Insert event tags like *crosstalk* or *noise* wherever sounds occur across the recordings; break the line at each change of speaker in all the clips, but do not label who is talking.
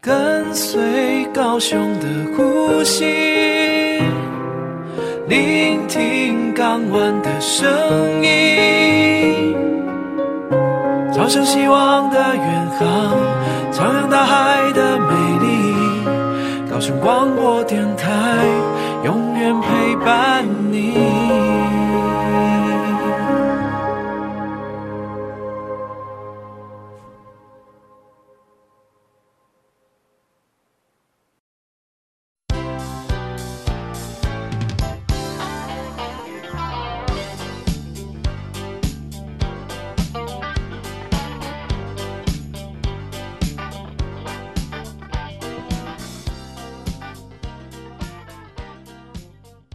跟随高雄的呼吸，聆听港湾的声音，朝向希望的远航，徜徉大海的美丽。高雄广播电台，永远陪伴你。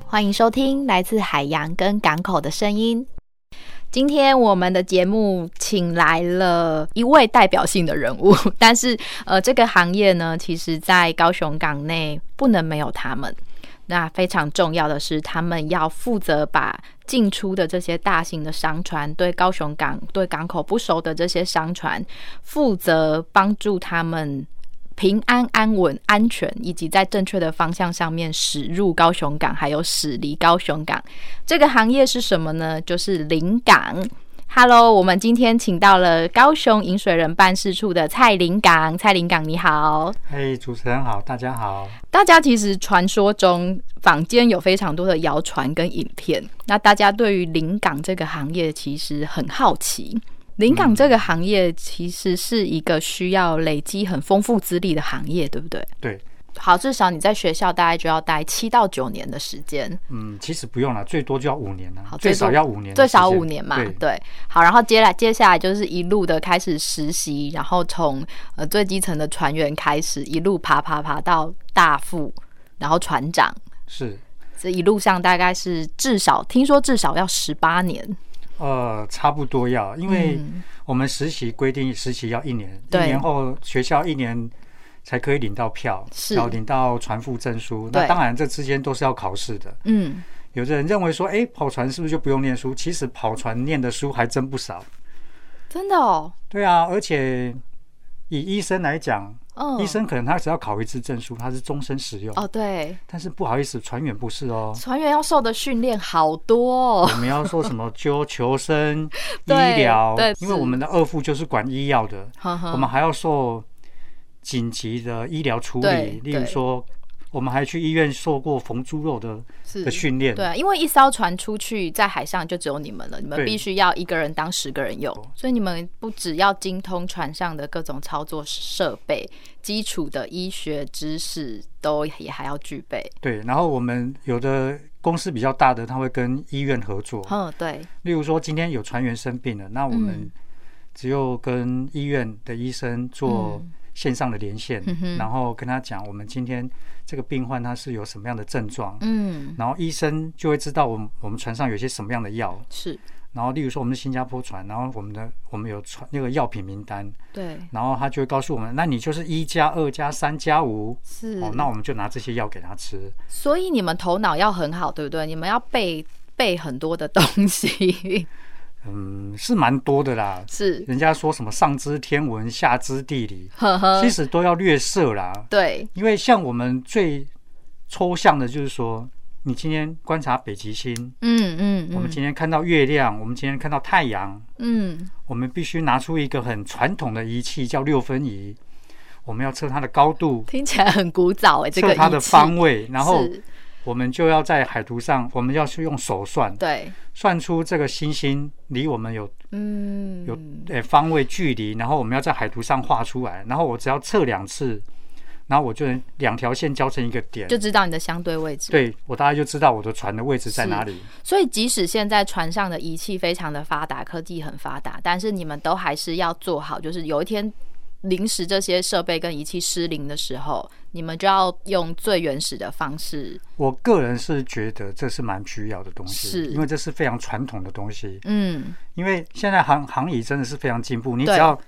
欢迎收听来自海洋跟港口的声音。今天我们的节目请来了一位代表性的人物， *laughs* 但是呃，这个行业呢，其实在高雄港内不能没有他们。那非常重要的是，他们要负责把进出的这些大型的商船，对高雄港、对港口不熟的这些商船，负责帮助他们平安、安稳、安全，以及在正确的方向上面驶入高雄港，还有驶离高雄港。这个行业是什么呢？就是临港。Hello，我们今天请到了高雄引水人办事处的蔡林港，蔡林港你好。
嘿主持人好，大家好。
大家其实传说中坊间有非常多的谣传跟影片，那大家对于临港这个行业其实很好奇。临港这个行业其实是一个需要累积很丰富资历的行业，对不对？
对，
好，至少你在学校大概就要待七到九年的时间，
嗯，其实不用了，最多就要五年了
好，
最少
多
要五年的时间，
最少五年嘛，
对，
好，然后接来接下来就是一路的开始实习，然后从呃最基层的船员开始，一路爬爬爬到大副，然后呃船长，
是，
这一路上大概是至少听说至少要十八年，
呃，差不多要，因为我们实习规定实习要一年，一
嗯对
年后学校一年才可以领到票，
是
然后领到船副证书。
对
那当然，这之间都是要考试的。
嗯，
有的人认为说，哎，跑船是不是就不用念书？其实跑船念的书还真不少。
真的哦，
对啊，而且以医生来讲，
嗯，
医生可能他只要考一次证书，他是终身使用。
哦，对，
但是不好意思，船员不是哦。
船员要受的训练好多、哦， *laughs*
我们要说什么究求生医
对
疗
对，嗯
因为
是
我们的二副就是管医药的，
呵呵
我们还要受紧急的医疗处
对
理，例如
对
说，我们还去医院受过缝猪肉的
是
的训练
对。啊，因为一艘船出去在海上就只有你们了，你们
对
必须要一个人当十个人用，所以你们不只要精通船上的各种操作设备，基础的医学知识都也还要具备。
对，然后我们有的公司比较大的，他会跟医院合作，
嗯，对，
例如说今天有船员生病了，那我们
嗯
只有跟医院的医生做线上的连线，
嗯哼
然后跟他讲我们今天这个病患他是有什么样的症状，
嗯，
然后医生就会知道我们我们船上有些什么样的药，
是
然后例如说我们是新加坡船，然后我们的我们有船那个药品名单，
对，
然后他就会告诉我们，那你就是一加二加三加五，
是。
哦，那我们就拿这些药给他吃。
所以你们头脑要很好，对不对？你们要背背很多的东西， *laughs*
嗯，是蛮多的啦。
是，
人家说什么上知天文下知地理，
呵呵
其，实都要略涉啦。
对，
因为像我们最抽象的就是说，你今天观察北极星，
嗯嗯
我们
嗯
今天看到月亮，我们今天看到太阳，
嗯，
我们必须拿出一个很传统的仪器，叫六分仪。我们要测它的高度，
听起来很古早哎、这个
测它的
仪器
方位，然后
是
我们就要在海图上，我们要去用手算，
对，
算出这个星星离我们有
嗯，
有呃方位距离，然后我们要在海图上画出来，然后我只要测两次，然后我就能两条线交成一个点，
就知道你的相对位置。，
对我大概就知道我的船的位置在哪里。
所以即使现在船上的仪器非常的发达，科技很发达，但是你们都还是要做好，就是有一天。临时这些设备跟仪器失灵的时候，你们就要用最原始的方式。
我个人是觉得这是蛮需要的东西
是，
因为这是非常传统的东西。
嗯，
因为现在航航仪真的是非常进步，你只
对
要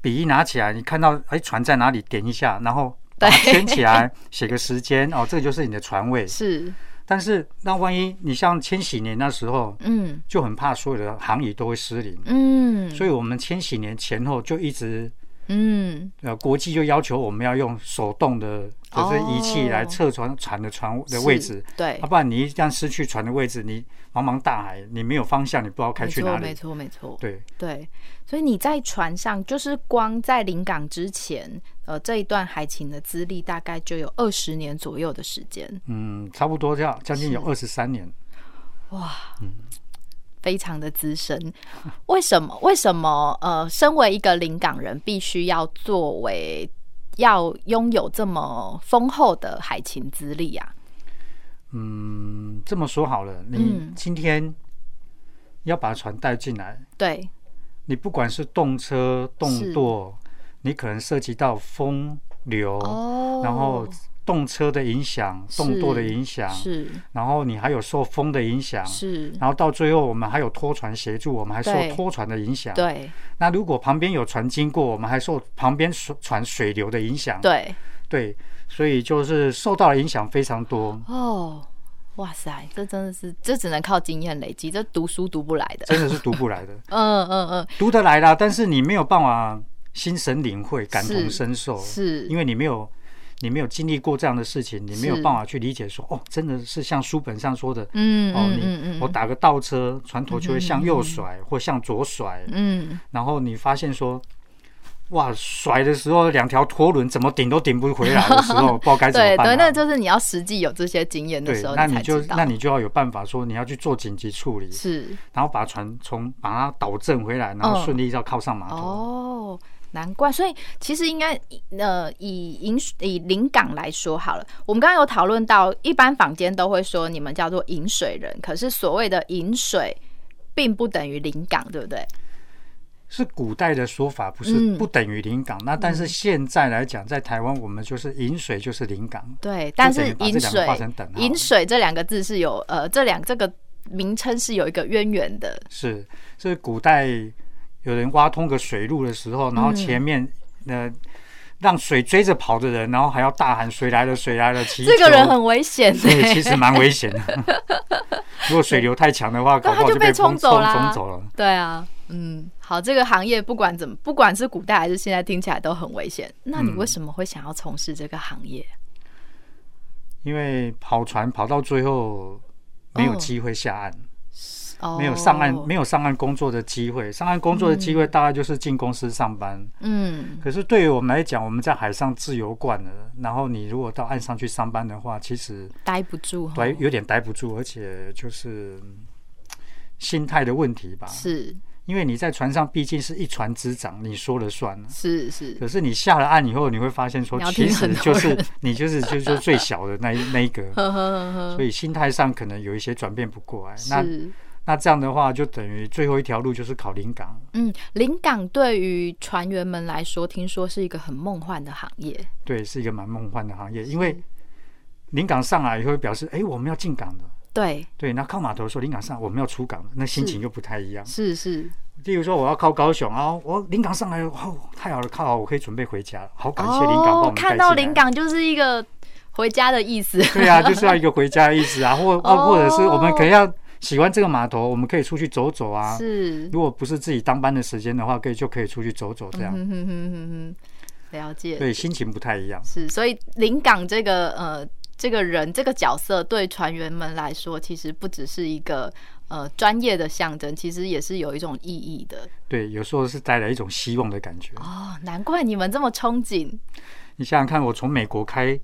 笔一拿起来，你看到哎船在哪里，点一下，然后
对
把它圈起来，
*laughs*
写个时间哦，这个就是你的船位。
是，
但是那万一你像千禧年那时候，
嗯
就很怕所有的航仪都会失灵，
嗯，
所以我们千禧年前后就一直
嗯，
呃，国际就要求我们要用手动的，就是仪器来
哦
测船船的船的位
是
置，
对
啊，，不然你一旦失去船的位置，你茫茫大海，你没有方向，你不知道开
没
去
错，
哪
没
里。
错，没错，
对，
对，所以你在船上，就是光在临港之前，呃，这一段海情的资历大概就有二十年左右的时间，
嗯，差不多这样，将近有
是
二十三年。
非常的资深。为什么？为什么？呃，身为一个临港人，必须要作为要拥有这么丰厚的海情资历啊？
嗯，这么说好了，你
嗯
今天要把船带进来，
对，
你不管是动车、
是
动舵，你可能涉及到风流，
哦
然后动车的影响、动舵的
是
影响，
是
然后你还有受风的影响，
是，
然后到最后我们还有拖船协助，我们还受
对
拖船的影响。
对
那如果旁边有船经过，我们还受旁边水船水流的影响。
对，
对所以就是受到的影响非常多，
哦，哇塞，这真的是，这只能靠经验累积，这读书读不来的。
真的是读不来
*laughs*
的，
嗯嗯嗯，
读得来啦，但是你没有办法心神领会、感同
是
身受，
是，
因为你没有。你没有经历过这样的事情，你没有
是
办法去理解说，哦，真的是像书本上说的，
嗯
哦，
嗯
你、
嗯嗯，
我打个倒车，船头就会向右甩、或向左甩，
嗯
然后你发现说，哇，甩的时候两条拖轮怎么顶都顶不回来的时候，不知道该怎么
对
办、啊。
对，那就是你要实际有这些经验的
对
时候，
那
才
你就
知道
那你就要有办法说你要去做紧急处理，
是
然后把船从把它导正回来，然后
嗯
顺利要靠上码头。
哦。难怪，所以其实应该呃，以银以临港来说好了，我们刚刚有讨论到，一般坊间都会说你们叫做引水人，可是所谓的引水，并不等于临港，对不对？
是古代的说法，不
嗯
是不等于临港。那但是现在来讲，在台湾我们就是引水就是临港，
对，但
等
是
于把
饮
这两个
水
画成等号
饮水这两个字是有呃，这两这个名称是有一个渊源的，
是是古代有人挖通个水路的时候，然
嗯
后前面呃让水追着跑的人，然后还要大喊水来了，水来了，祈
这个人
求
很危险欸的、
对，其实蛮危险的。 *laughs* 如果水流太强的话，
对
搞不好
它就被
被风
冲走啦
冲走了。
对啊，嗯，好，这个行业不管怎么，不管是古代还是现在，听起来都很危险。那你
嗯
为什么会想要从事这个行业？
因为跑船跑到最后没有机会下岸，
嗯哦，
没有上岸，没有上岸工作的机会。上岸工作的机会大概就是进公司上班。
嗯，
可是对于我们来讲，我们在海上自由惯了，然后你如果到岸上去上班的话，其实
待不住哈，
待有点待不住，而且就是嗯心态的问题吧。
是
因为你在船上毕竟是一船之长，你说了算啊
是是，
可是你下了岸以后，你会发现说
你要，听
其
很
实
多
就是
人
你就是就就最小的那一
*laughs*
那一个，
呵呵呵
所以心态上可能有一些转变不过来。那
呵，是。
那这样的话，就等于最后一条路就是考临港。
嗯，临港对于船员们来说，听说是一个很梦幻的行业。
对，是一个蛮梦幻的行业，因为临港上来以后表示，哎，我们要进港了。
对，
对，那靠码头说临港上，我们要出港了，那心
是
情就不太一样。
是是，
例如说，我要靠高雄啊，我临港上来，哦，太好了，靠好，我可以准备回家了，好感谢临港帮我们带
哦看到
进来
临港就是一个回家的意思。
对啊，就是要一个回家的意思啊，
*laughs*
或啊，
哦
或者是我们可能要喜欢这个码头，我们可以出去走走啊。
*laughs* 是，
如果不是自己当班的时间的话，可以就可以出去走走这样。
嗯哼哼哼哼，了解。
对，心情不太一样。
是，所以临港这个呃这个人这个角色对船员们来说，其实不只是一个呃专业的象征，其实也是有一种意义的
对，有时候是带来一种希望的感觉。
哦。难怪你们这么憧憬，
你想想看，我从美国开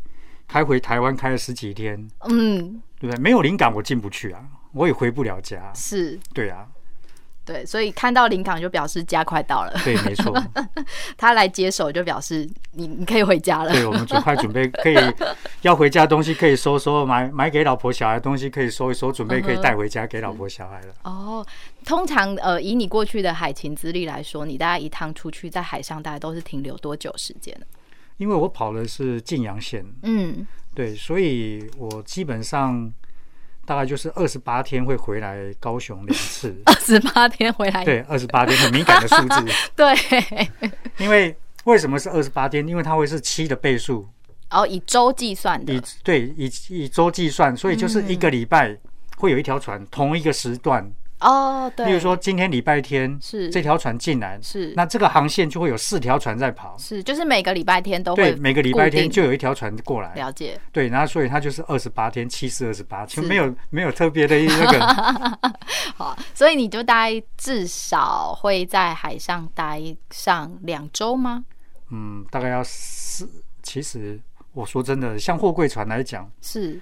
开回台湾开了十几天，
嗯，
对不对？没有灵感，我进不去啊，我也回不了家。
是
对啊，
对，所以看到临港就表示家快到了，
对，没错。
他来接手就表示你你可以回家了。
对，我们准快准备
*laughs*
可以要回家的东西可以收收，买买给老婆小孩的东西可以收一收，准备可以
嗯
带回家给老婆小孩了。
哦，通常呃，以你过去的海勤资历来说，你大概一趟出去在海上大概都是停留多久时间呢？
因为我跑的是晋阳线，
嗯，
对，所以我基本上大概就是二十八天会回来高雄两
*laughs*。
次
二十八天回来，
对，二十八天很敏感的数
*laughs*
字，
对，
因为为什么是二十八天？因为它会是七的倍数，
哦，以周计算的
以，
嗯
对以以周计算，所以就是一个礼拜会有一条船同一个时段
哦，对，
例如说今天礼拜天
是
这条船进来，
是
那这个航线就会有四条船在跑，
是就是每个礼拜天都会
对，每个礼拜
固
天
定
就有一条船过来，
了解，
对，然后所以它就是二十八天，七四二十八，就是没有没有特别的那个， *laughs*
好，所以你就大概至少会在海上待上两周吗？
嗯，大概要四。其实我说真的，像货柜船来讲，
是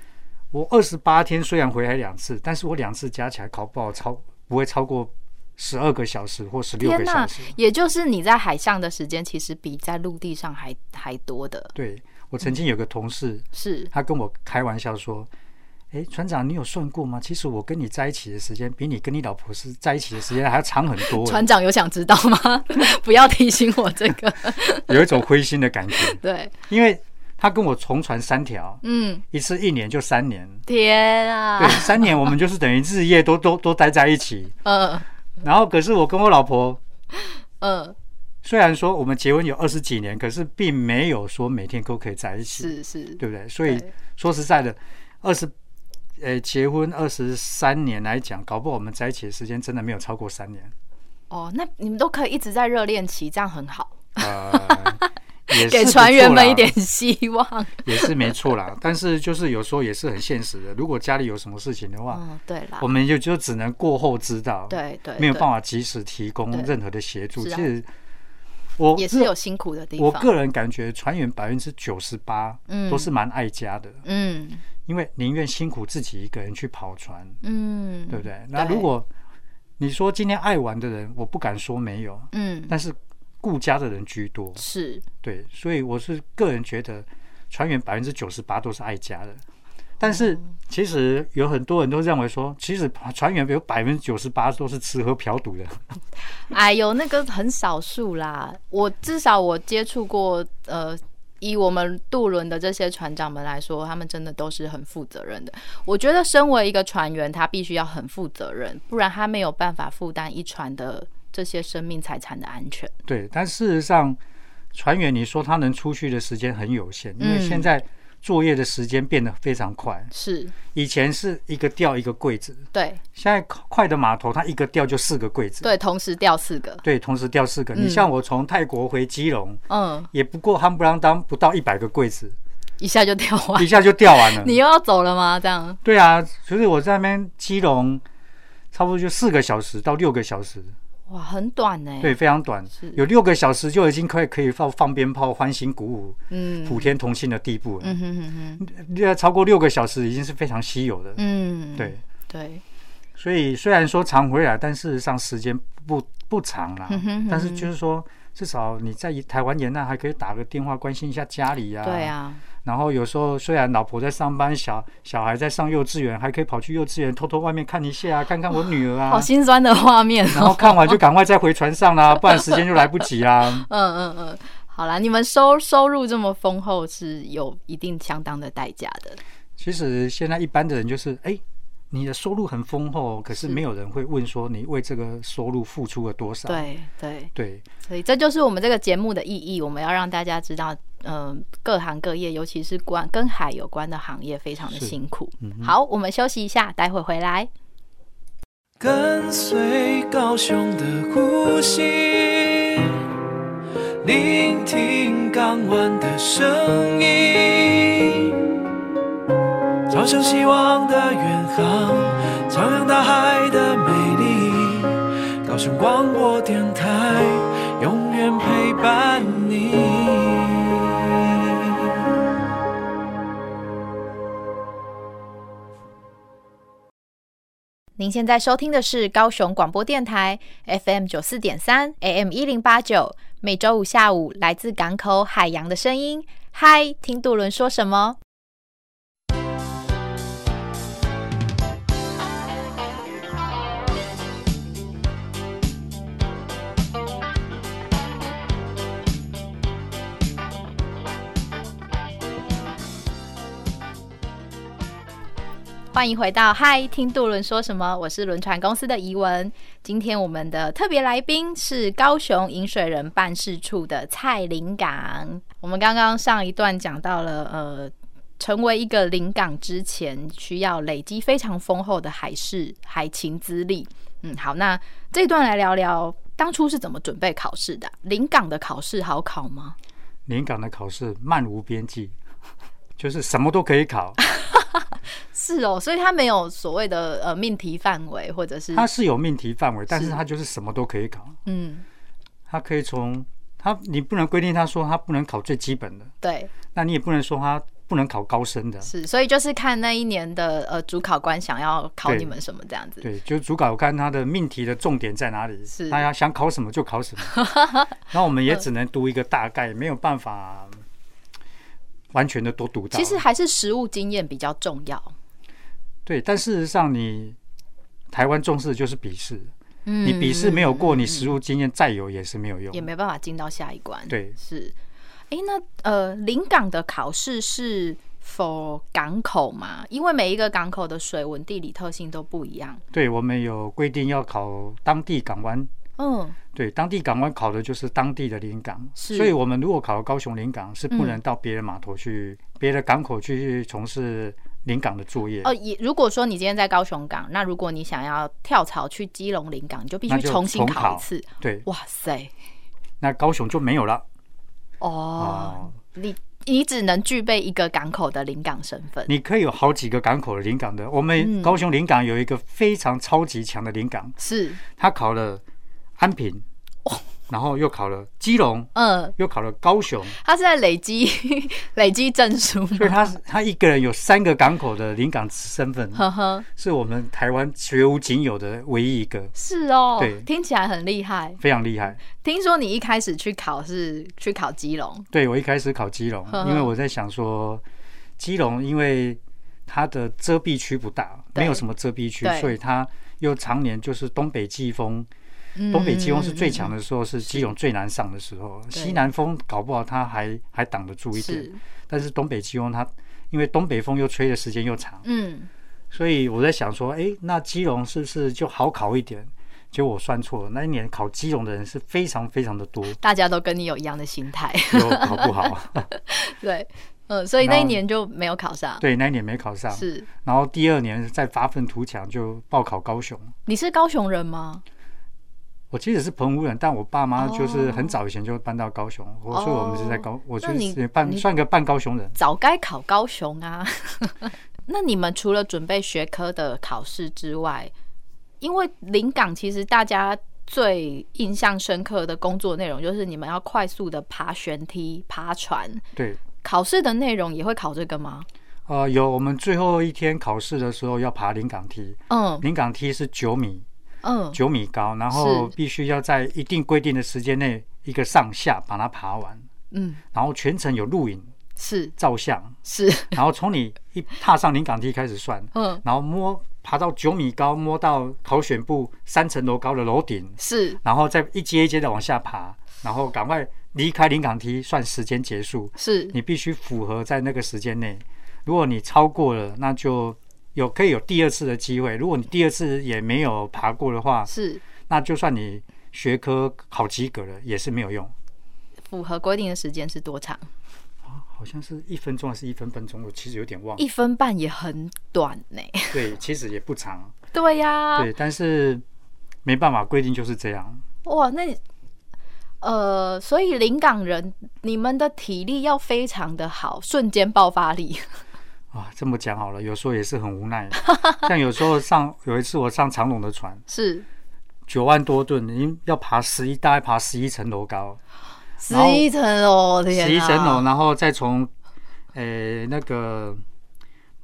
我二十八天虽然回来两次，但是我两次加起来考不好超不会超过十二个小时或十六
天
个小时。
也就是你在海上的时间其实比在陆地上还还多的，
对我曾经有个同事，
是
他跟我开玩笑说：“哎，船长，你有算过吗？其实我跟你在一起的时间，比你跟你老婆是在一起的时间还要长很多。”
船长有想知道
*laughs*
吗？不要提醒我这个，
有一种灰心的感觉，
对，
因为他跟我同船三条，
嗯，
一次一年就三年，
天
对
啊，，
三年我们就是等于日夜都都都待在一起。
嗯
然后可是我跟我老婆。
嗯，
虽然说我们结婚有二十几年，可是并没有说每天都可以在一起，
是是，
对不对？所以
对
说实在的，二十，呃，结婚二十三年来讲，搞不好我们在一起的时间真的没有超过三年，
哦，那你们都可以一直在热恋期，这样很好， *laughs*
呃，也是
给
不
船员
错
们
啦
一点希望。
也是没错啦。但是就是有时候也是很现实的，如果家里有什么事情的话，
嗯，对啦
我，们就就只能过后知道，，
对对，
没有
对
办法及时提供
对
任何的协助。
是啊
其实我
也是有辛苦的地
我
方。
个人感觉，船员百分之九十八
嗯
都是蛮爱家的，
嗯
因为宁愿辛苦自己一个人去跑船，
嗯，
对不对？那如果你说今天爱玩的人，我不敢说没有，
嗯
但是顾家的人居多，
是
对，所以我是个人觉得，船员百分之九十八都是爱家的。但是
嗯
其实有很多人都认为说，其实船员有百分之九十八都是吃喝嫖赌的，
哎呦，那个很少数啦。我至少我接触过，呃，以我们渡轮的这些船长们来说，他们真的都是很负责任的。我觉得身为一个船员，他必须要很负责任，不然他没有办法负担一船的这些生命财产的安全。
对。但事实上，船员你说他能出去的时间很有限，因为
嗯
现在作业的时间变得非常快。
是
以前是一个吊一个柜子，
对
现在快的码头它一个吊就四个柜子，
对，同时掉四个，
对，同时吊四个。你
嗯
像我从泰国回基隆，
嗯，
也不过夯不啷当不到一百个柜子，
一下就掉完
一。下就吊完
*laughs*
了。
你又要走了吗？这样
对啊，所以我在那边基隆，差不多就四个小时到六个小时，
哇，很短呢、
对，非常短
嗯是，
有六个小时就已经可以可以放放鞭炮、欢欣鼓舞、
嗯
普天同庆的地步了。
嗯哼哼哼，
要、超过六个小时已经是非常稀有的，
嗯，
对。
对，
所以虽然说常回来，但事实上时间不不长啦。
嗯哼嗯哼
但是就是说，至少你在台湾沿岸还可以打个电话关心一下家里呀、
对。啊，
然后有时候虽然老婆在上班，小小孩在上幼稚园，还可以跑去幼稚园偷偷外面看一下、啊，看看我女儿啊。
好哦心酸的画面
*laughs* 然后
哦。
看完就赶快再回船上啦， *laughs* 不然时间就来不及啦。
嗯嗯嗯，好啦，你们收收入这么丰厚，是有一定相当的代价的。
其实现在一般的人就是，哎、你的收入很丰厚，可是没有人会问说你为这个收入付出了多少。
对对，
对
所以这就是我们这个节目的意义，我们要让大家知道，嗯、各行各业，尤其是关跟海有关的行业，非常的
是嗯
辛苦。好，我们休息一下，待会回来。
跟随高雄的呼吸，聆听港湾的声音，朝向希望的远航，徜徉大海的美丽。高雄广播电台，永远陪伴你。
您现在收听的是高雄广播电台 FM 九四点三 AM 一零八九，每周五下午来自港口海洋的声音。嗨，听杜伦说什么？欢迎回到嗨，听杜伦说什么？我是轮船公司的怡文。今天我们的特别来宾是高雄饮水人办事处的蔡林港。我们刚刚上一段讲到了，呃，成为一个临港之前，需要累积非常丰厚的海事海情资历。嗯，好，那这一段来聊聊当初是怎么准备考试的啊。临港的考试好考吗？
临港的考试漫无边际， *laughs* 就是什么都可以考。
是哦，所以它没有所谓的呃命题范围，或者是
它是有命题范围，但是它就是什么都可以考。
嗯，
它可以从它，你不能规定它说它不能考最基本的，
对，
那你也不能说它不能考高深的。
是，所以就是看那一年的呃主考官想要考
对
你们什么这样子。
对，就是主考看它的命题的重点在哪里，
是
大家想考什么就考什么。
*laughs*
那我们也只能读一个大概，没有办法完全的都读到。
其实还是实务经验比较重要。
对，但事实上你台湾重视的就是笔试，
嗯
你笔试没有过，你实务经验再有也是没有用。
也没办法进到下一关。，
对，
是。哎、那呃，临港的考试是 for 港口嘛？因为每一个港口的水文地理特性都不一样。
对我们有规定要考当地港湾，
嗯，
对，当地港湾考的就是当地的临港，
是嗯
所以我们如果考高雄临港，是不能到别的码头去、别的港口去从事临港的作业。
哦，也如果说你今天在高雄港，那如果你想要跳槽去基隆临港，你就必须
那就
重新
重
考一
考
次。
对，
哇塞，
那高雄就没有了。
哦，
哦
你你只能具备一个港口的临港身份。
你可以有好几个港口的临港的。我们
嗯
高雄临港有一个非常超级强的临港，
是，
他考了安平，然后又考了基隆，
嗯，
又考了高
*laughs*
雄，
他是在累积 *laughs* 累积证书 *laughs* 吗，
所以他是他一个人有三个港口的临港身份，
呵呵，
是我们台湾绝无仅有的唯一一个，
是哦
对，
听起来很厉害。
非常厉害。
听说你一开始去考是去考基隆，
对我一开始考基隆
呵，呵
因为我在想说，基隆因为它的遮蔽区不大，
对
没有什么遮蔽区
对，
所以它又常年就是东北季风。
嗯
东北季风是最强的时候，是基隆最难上的时候。西南风搞不好它还还挡得住一点，
是，
但是东北季风它因为东北风又吹的时间又长，
嗯，
所以我在想说，哎，那基隆是不是就好考一点？结果我算错了，那一年考基隆的人是非常非常的多，
大家都跟你有一样的心态， *laughs*
又考不好，
对，嗯，所以那一
然后
年就没有考上。
对，啊那一年没考上。
是，
然后第二年再发愤图强，就报考高雄。
你是高雄人吗？
我其实是澎湖人，但我爸
哦
妈就是很早以前就搬到高雄，我所以我们是在高，我就
那你
是半
你
算个半高雄人。
早该考高雄啊！ *laughs* 那你们除了准备学科的考试之外，因为临港其实大家最印象深刻的工作内容就是你们要快速的爬悬梯、爬船，
对，
考试的内容也会考这个吗？
呃，有我们最后一天考试的时候要爬临港梯，
嗯
临港梯是九米，
嗯，
九米高，然后
是
必须要在一定规定的时间内一个上下把它爬完，
嗯，
然后全程有录影
是
照相，
是，
然后从你一踏上临港梯开始算，
嗯
然后摸爬到九米高，摸到考选部三层楼高的楼顶，
是
然后再一阶一阶的往下爬，然后赶快离开临港梯，算时间结束，
是，
你必须符合在那个时间内。如果你超过了，那就有可以有第二次的机会。如果你第二次也没有爬过的话，
是
那就算你学科考及格了，也是没有用。
符合规定的时间是多长？
好像是一分钟还是一分分钟，我其实有点忘了。
一分半也很短呢、
对，其实也不长。
对呀、
对，但是没办法，规定就是这样。
哇，那你呃，所以临港人你们的体力要非常的好，瞬间爆发力。
啊，这么讲好了，有时候也是很无奈。像有时候上有一次我上长龙的船，
*laughs* 是
九万多吨，你要爬十一，大概爬十一层楼高，
十
后
一层楼，天、啊，
十一层哦楼，，然后再从呃那个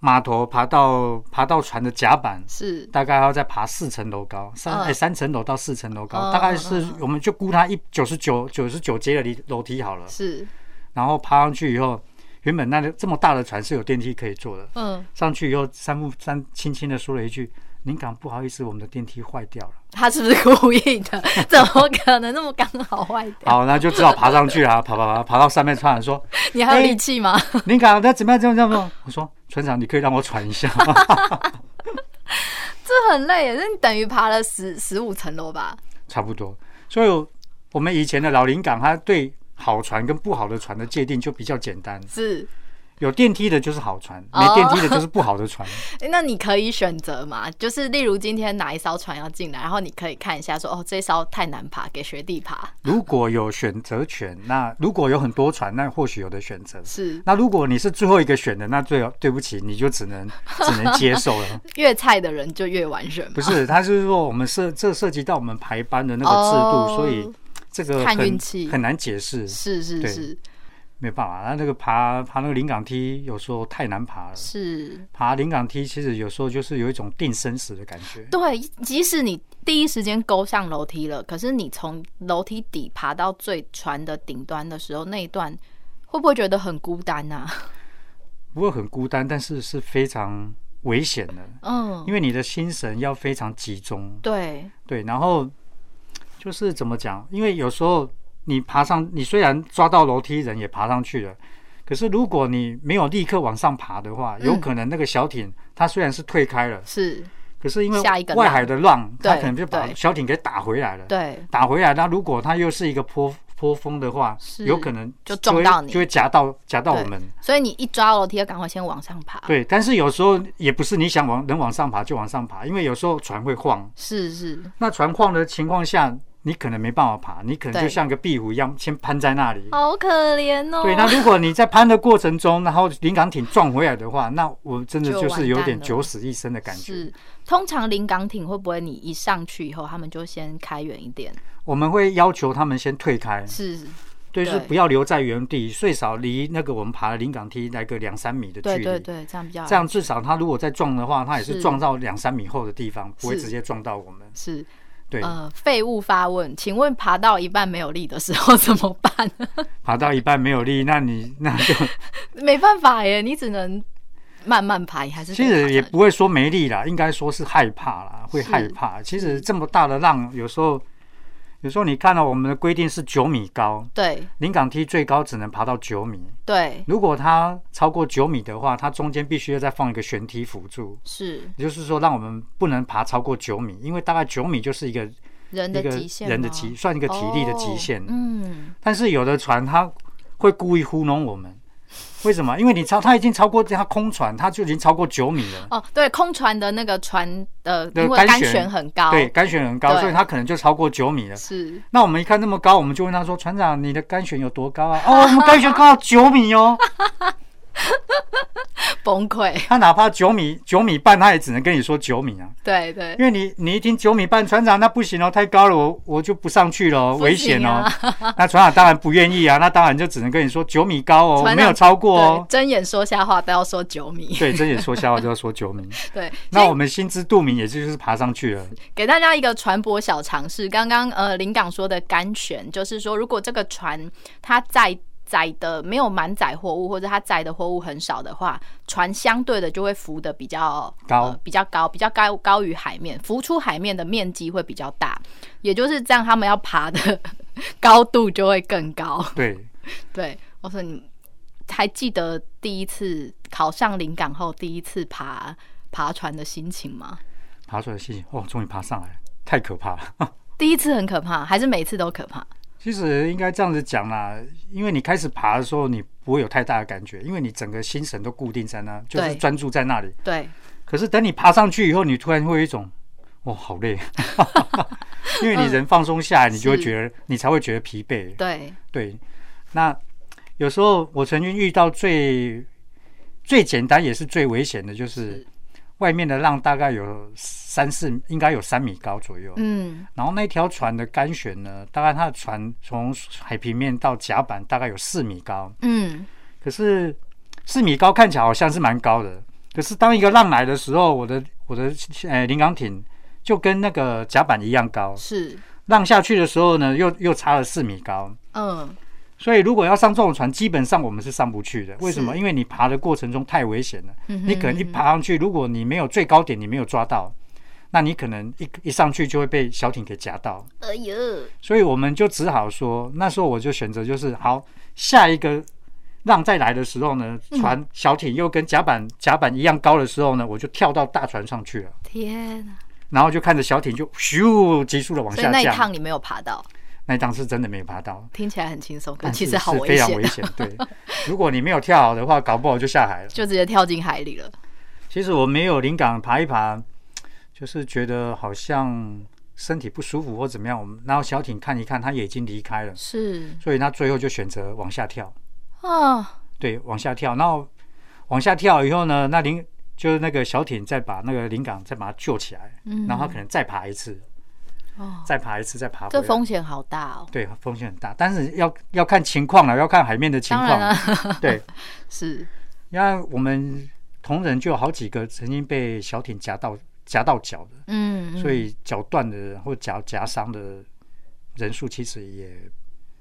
码头爬到爬到船的甲板。
是
大概要再爬四层楼高，三
嗯
哎、三层楼到四层楼高，
嗯
大概是我们就估它一九十九九十九阶的离楼梯好了。
是，
然后爬上去以后，原本那个这么大的船是有电梯可以坐的，
嗯，
上去以后，山木山轻轻的说了一句：“林港，不好意思，我们的电梯坏掉了。
*laughs* 他是不是故意的？ *laughs* 怎么可能那么刚好坏” *laughs* 掉？
好，那就只好爬上去啊，爬 *laughs* 爬爬，爬到上面，船长说
你还有
哎
力气吗？：“ *laughs*
林港，那怎么样？怎么样？怎么样？”我说：“船长，你可以让我喘一下 *laughs* 吗。
这很累耶，那你等于爬了十十五层楼吧？”
差不多。所以，我们以前的老林港，它对好船跟不好的船的界定就比较简单，
是，
有电梯的就是好船，没电梯的就是不好的船。
诶那你可以选择嘛？就是例如今天哪一艘船要进来，然后你可以看一下说，哦，这艘太难爬，给学弟爬。
如果有选择权，那如果有很多船，那或许有的选择。
是
那如果你是最后一个选的，那最对不起，你就只能只能接受了。
越菜的人就越完全嘛。*laughs*
不是，他是说我们涉这涉及到我们排班的那个制
哦
度，所以这个
看
很
运气
很难解释，
是是
对
是
没办法。那那个爬爬那个临港梯有时候太难爬了，
是，
爬临港梯其实有时候就是有一种定生死的感觉。
对，即使你第一时间勾上楼梯了，可是你从楼梯底爬到最船的顶端的时候，那一段会不会觉得很孤单啊呐、
*laughs* 不会很孤单，但是是非常危险的，
嗯，
因为你的心神要非常集中。
对，
对，然后就是怎么讲？因为有时候你爬上，你虽然抓到楼梯，人也爬上去了，可是如果你没有立刻往上爬的话，有
嗯
可能那个小艇它虽然是退开了，
是，
可是因为
下一个浪
外海的浪，它
对
可能就把
对
小艇给打回来了。
对，
打回来，那如果它又是一个坡坡峰的话，
是
有可能
就
会
撞到你
就会夹到夹到我
对
们。
所以你一抓楼梯要赶快先往上爬。
对，但是有时候也不是你想往能往上爬就往上爬，因为有时候船会晃。
是是，
那船晃的情况下，你可能没办法爬，你可能
对
就像个壁虎一样，先攀在那里。
好可怜哦。
对，那如果你在攀的过程中，然后临港艇撞回来的话，那我真的
就
就是
完
有
蛋
点
了
九死一生的感觉。
是，通常临港艇会不会你一上去以后，他们就先开远一点？
我们会要求他们先退开，
是，
对，就是
对
不要留在原地，最少离那个我们爬的临港梯来个两三米的距
对
离。
对对，这样比较
这样至少他如果再撞的话，他也是
是
撞到两三米后的地方，不会
是
直接撞到我们。
是
对，
呃废物发问，请问爬到一半没有力的时候怎么办？ *laughs*
爬到一半没有力，那你那就
没办法耶，你只能慢慢爬，还是
其
得爬
实也
上去
不会说没力啦，应该说是害怕啦，会害怕。其实这么大的浪，有时候有时候你看到我们的规定是九米高，
对
临港梯最高只能爬到九米，
对
如果它超过九米的话，它中间必须要再放一个悬梯辅助。
是
也就是说，让我们不能爬超过九米，因为大概九米就是一个
人
一
的
个
极限吗，
人的极，算一个体力的极限。
哦嗯，
但是有的船它会故意糊弄我们，为什么？因为你超，它已经超过它空船，它就已经超过九米了。
哦对，空船的那个船的，
那
因
个
为
单
单
旋
旋很高，
对，干旋很高，
对
所以它可能就超过九米了。
是 *laughs*
那我们一看那么高，我们就问他说：“船长，你的干旋有多高
*laughs*
啊？”哦，我们干旋高到九米哦。
崩溃，
他哪怕九米、九米半，他也只能跟你说九米啊，
对对
因为你你一听九米半，船长那不行哦，太高了，我我就不上去了哦，
不行啊
危险哦。 *laughs* 那船长当然不愿意啊，那当然就只能跟你说九米高哦，我
船
没有
长
超过
对
哦，。
睁眼说瞎话，不要说九米，
对，睁眼说瞎话就要说九米。
*laughs* 对，
那我们心知肚明，也就是爬上去了。
给大家一个船舶小常识。刚刚呃林港说的干旋，就是说如果这个船它载载的没有满载货物，或者它载的货物很少的话，船相对的就会浮的比较
高
呃比较高，比较高高于海面，浮出海面的面积会比较大，也就是这样，他们要爬的 *laughs* 高度就会更高。
对，
对，我说你还记得第一次考上临港后第一次爬爬船的心情吗？
爬出来的情，哦，终于爬上来了，太可怕了。
第一次很可怕，还是每次都可怕？
其实应该这样子讲啦，因为你开始爬的时候，你不会有太大的感觉，因为你整个心神都固定在那，就是
对
专注在那里。
对，
可是等你爬上去以后，你突然会有一种，哦，好累，
*laughs*
因为你人放松下来，你就会
是
觉得，你才会觉得疲惫。
对，
对，那有时候我曾经遇到最最简单也是最危险的，就是
是
外面的浪大概有三四，应该有三米高左右。
嗯，
然后那条船的杆悬呢，大概它的船从海平面到甲板大概有四米高，
嗯，
可是四米高看起来好像是蛮高的，可是当一个浪来的时候，我的我的呃临港艇就跟那个甲板一样高，
是，
浪下去的时候呢，又又差了四米高。
嗯，
所以，如果要上这种船，基本上我们是上不去的。为什么？
是
因为你爬的过程中太危险了。
嗯哼
你可能一爬上去，如果你没有最高点，你没有抓到，那你可能一一上去就会被小艇给夹到。
哎呦，
所以我们就只好说，那时候我就选择就是好，下一个浪再来的时候呢，船小艇又跟甲板甲板一样高的时候呢，我就跳到大船上去了，
天啊！
然后就看着小艇就咻急速的往
所以
下
那一
降。
趟你没有爬到，
那一档是真的没有爬到，
听起来很轻松，可
但
其
是
实好
是
危
非常危
险，
险。对，如果你没有跳好的话，搞不好就下海
*laughs*
了。
就直接跳进海里了。
*laughs* 其实我没有灵感爬一爬，就是觉得好像身体不舒服或怎么样，我们然后小艇看一看，它也已经离开了，
是
所以它最后就选择往下跳。
啊，
对，往下跳，然后往下跳以后呢，那灵就是那个小艇再把那个灵港再把它救起来，
嗯
然后它可能再爬一次，
哦，
再爬一次，再爬回
这
来。
风险好大哦。
对风险很大，但是要要看情况了，要看海面的情
当然
况。
了，
对，
*laughs* 是
你看我们同仁就有好几个曾经被小艇夹到夹到脚的，
嗯，嗯
所以脚断的或夹夹伤的人数其实也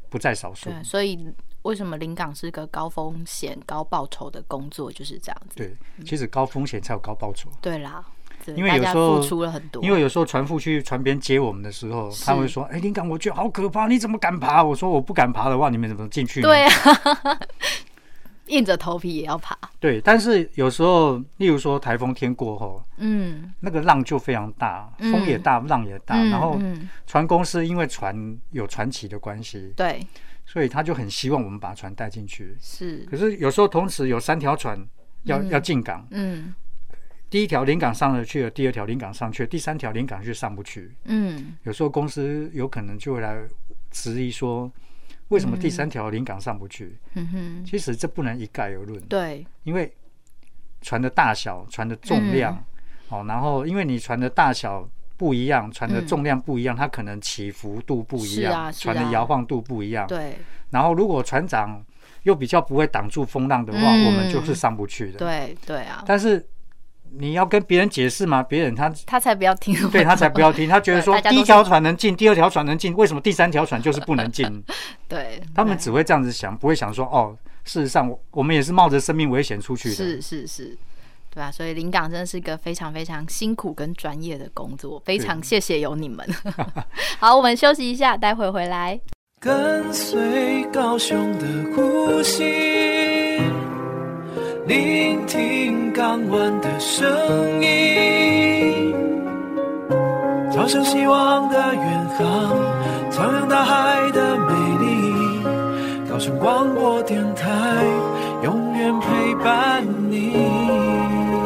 不在少数。
对，所以为什么临港是个高风险高报酬的工作就是这样子？
对，其实高风险才有高报酬。
对啦，对
因为
大
有
家
时候
付出了很多，
因为有时候船夫去船边接我们的时候，
是
他会说：“哎、林港，我觉得好可怕，你怎么敢爬？”我说：“我不敢爬的话，你们怎么进去呢？”
对啊， *laughs* 硬着头皮也要爬。
对但是有时候，例如说台风天过后，
嗯，
那个浪就非常大，
嗯
风也大，浪也大。
嗯
然后
嗯
船公司因为船有船旗的关系，
对，
所以他就很希望我们把船带进去。
是，
可是有时候同时有三条船要、要进港，
嗯
第一条临港上了去了，第二条临港上去了，第三条临港却上不去。
嗯，
有时候公司有可能就会来质疑说，为什么第三条临港上不去？
嗯哼，
其实这不能一概而论，
对，
因为船的大小、船的重量，
嗯
哦，然后因为你船的大小不一样，船的重量不一样，它可能起伏度不一样，
是啊是啊
船的摇晃度不一样。
对，
然后如果船长又比较不会挡住风浪的话，
嗯
我们就是上不去的。，
对，对啊，
但是你要跟别人解释嘛，别人他
他才不要听我。
*laughs* 对他才不要听，他觉得
对
说
大家都
第一
是
条船能进，第二条船能进，为什么第三条船就是不
*laughs*
能进？
对，
他们只会这样子想，不会想说哦，事实上我我们也是冒着生命危险出去的。
是是是，对啊，所以临港真的是一个非常非常辛苦跟专业的工作，非常谢谢有你们。 *laughs* 好，我们休息一下，待会回来。
跟随高雄的呼吸，聆听港湾的声音，朝向希望的远航，徜徉大海的美丽。高雄广播电台，永远陪伴你。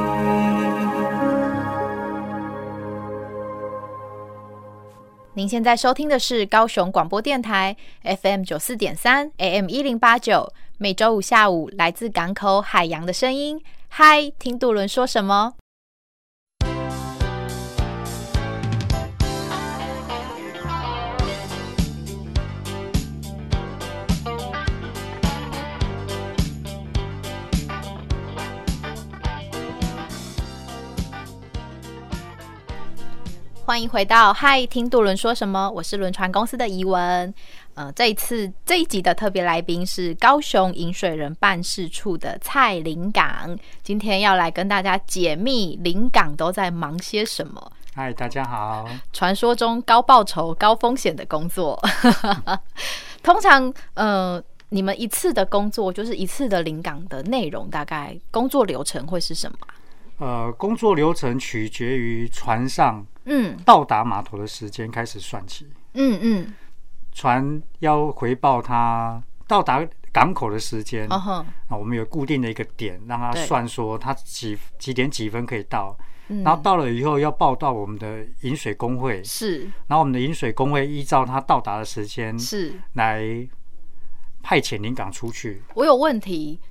您现在收听的是高雄广播电台 FM 九四点三 AM 一零八九，每周五下午来自港口海洋的声音。嗨，听杜伦说什么？欢迎回到嗨，听杜伦说什么？我是轮船公司的怡文。呃，这一次这一集的特别来宾是高雄引水人办事处的蔡林港，今天要来跟大家解密林港都在忙些什么。
嗨，大家好。
传说中高报酬、高风险的工作。 *laughs* 通常，呃，你们一次的工作就是一次的临港的内容，大概工作流程会是什么啊？
呃，工作流程取决于船上
嗯
到达码头的时间开始算起，
嗯嗯，
船要回报它到达港口的时间
哦哼，
啊，我们有固定的一个点，让它
对
算说它几几点几分可以到，
嗯
然后到了以后要报到我们的饮水工会，
是
然后我们的饮水工会依照它到达的时间
是，
来派遣临港出去。
我有问题。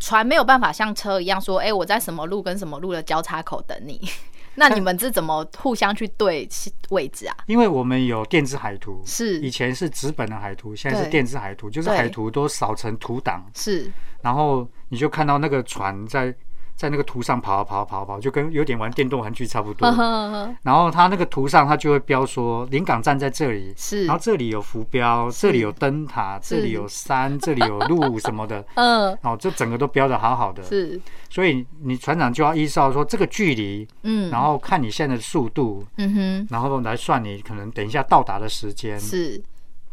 船没有办法像车一样说，哎、我在什么路跟什么路的交叉口等你。 *laughs* 那你们是怎么互相去对位置啊？
因为我们有电子海图，
是
以前是纸本的海图，现在是
对
电子海图，就是
对
海图都扫成图档，
是
然后你就看到那个船在在那个图上跑啊跑啊跑啊跑啊，就跟有点玩电动玩具差不多
呵。呵呵，
然后它那个图上它就会标说临港站在这里，
是
然后这里有浮标，这里有灯塔，
是
这里有山，这里有路什么的，
嗯、
哦，这整个都标的好好的。
是
所以你船长就要依照说这个距离，
嗯，
然后看你现在的速度，
嗯哼，
然后来算你可能等一下到达的时间。
是，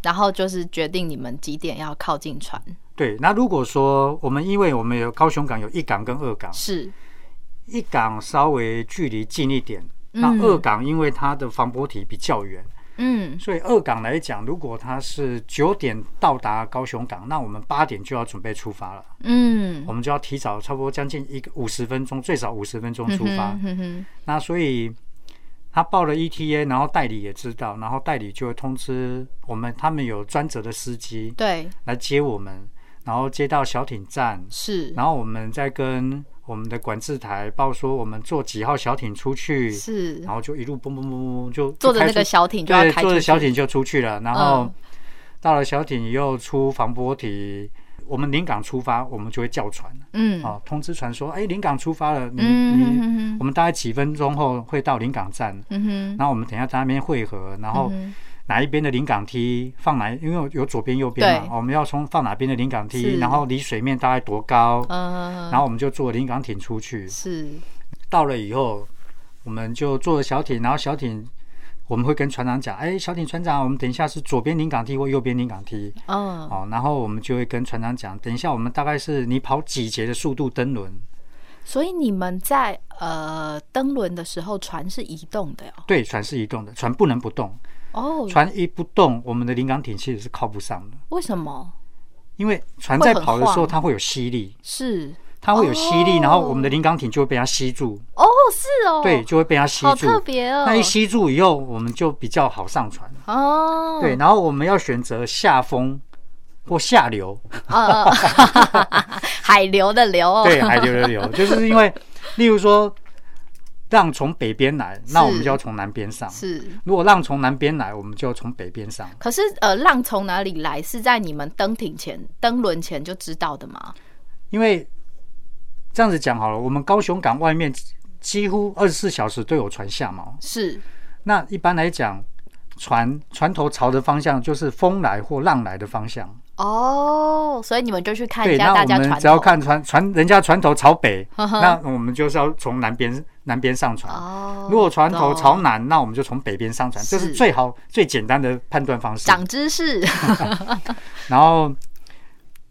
然后就是决定你们几点要靠近船。
对，那如果说我们因为我们有高雄港有一港跟二港，
是，
一港稍微距离近一点，
嗯
那二港因为它的防波堤比较远，
嗯，
所以二港来讲，如果它是九点到达高雄港，那我们八点就要准备出发了，
嗯
我，们就要提早差不多将近一个五十分钟，最少五十分钟出发。
嗯哼哼
那所以他报了 ETA，然后代理也知道，然后代理就会通知我们，他们有专责的司机
对，
来接我们，然后接到小艇站，
是，
然后我们再跟我们的管制台报说我们坐几号小艇出去，
是
然后就一路嘣嘣嘣嘣嘣就
坐着
就开
那个
出
小艇就要
对，
开
坐
出
着
去
小艇就出去了，然后
嗯
到了小艇又出防波堤。我们临港出发，我们就会叫船
嗯，
啊，通知船说，哎、临港出发了，你
嗯哼
你，
哼
我们大概几分钟后会到临港站，
哼，嗯哼，
然后我们等一下在那边汇合，然后
嗯
哪一边的临港梯放哪，因为有左边右边嘛，哦
对
我们要从放哪边的临港
是
梯，然后离水面大概多高，
嗯，
然后我们就坐临港艇出去，
是，
到了以后，我们就坐小艇，然后小艇我们会跟船长讲，哎，小艇船长，我们等一下是左边临港梯或右边临港梯，
嗯，
哦，然后我们就会跟船长讲，等一下我们大概是你跑几节的速度登轮，
所以你们在呃登轮的时候，船是移动的哦。
对，船是移动的，船不能不动，
哦，
船一不动，我们的临港艇其实是靠不上的。
为什么？
因为船在跑
会
的时
很
候，
晃
它会有吸力，
是
它会有吸
哦
力，然后我们的临港艇就会被它吸住，
哦，是哦，
对，，就会被它吸
好
住。
特别哦。
那一吸住以后，我们就比较好上船。
哦，
对，，然后我们要选择下风或下流，
呃， *laughs* 海流的流哦，
对，海流
*laughs*
流流，就是因为，例如说，浪从北边来，那我们就要从南边上；
是。
如果浪从南边来，我们就要从北边上。
可是呃，浪从哪里来？是在你们登艇前、登轮前就知道的吗？
因为这样子讲好了，我们高雄港外面几乎二十四小时都有船下锚。
是，
那一般来讲，船船头朝的方向就是风来或浪来的方向。
哦，所以你们就去看一
对，
下
那
大
我
家
们
传
只要
统。
看船船，人家船头朝北，
呵呵
那我们就是要从南边南边上船。
哦，
如果船头
懂
朝南，那我们就从北边上船，这
是
是最好最简单的判断方式。
长知识， *laughs*
然后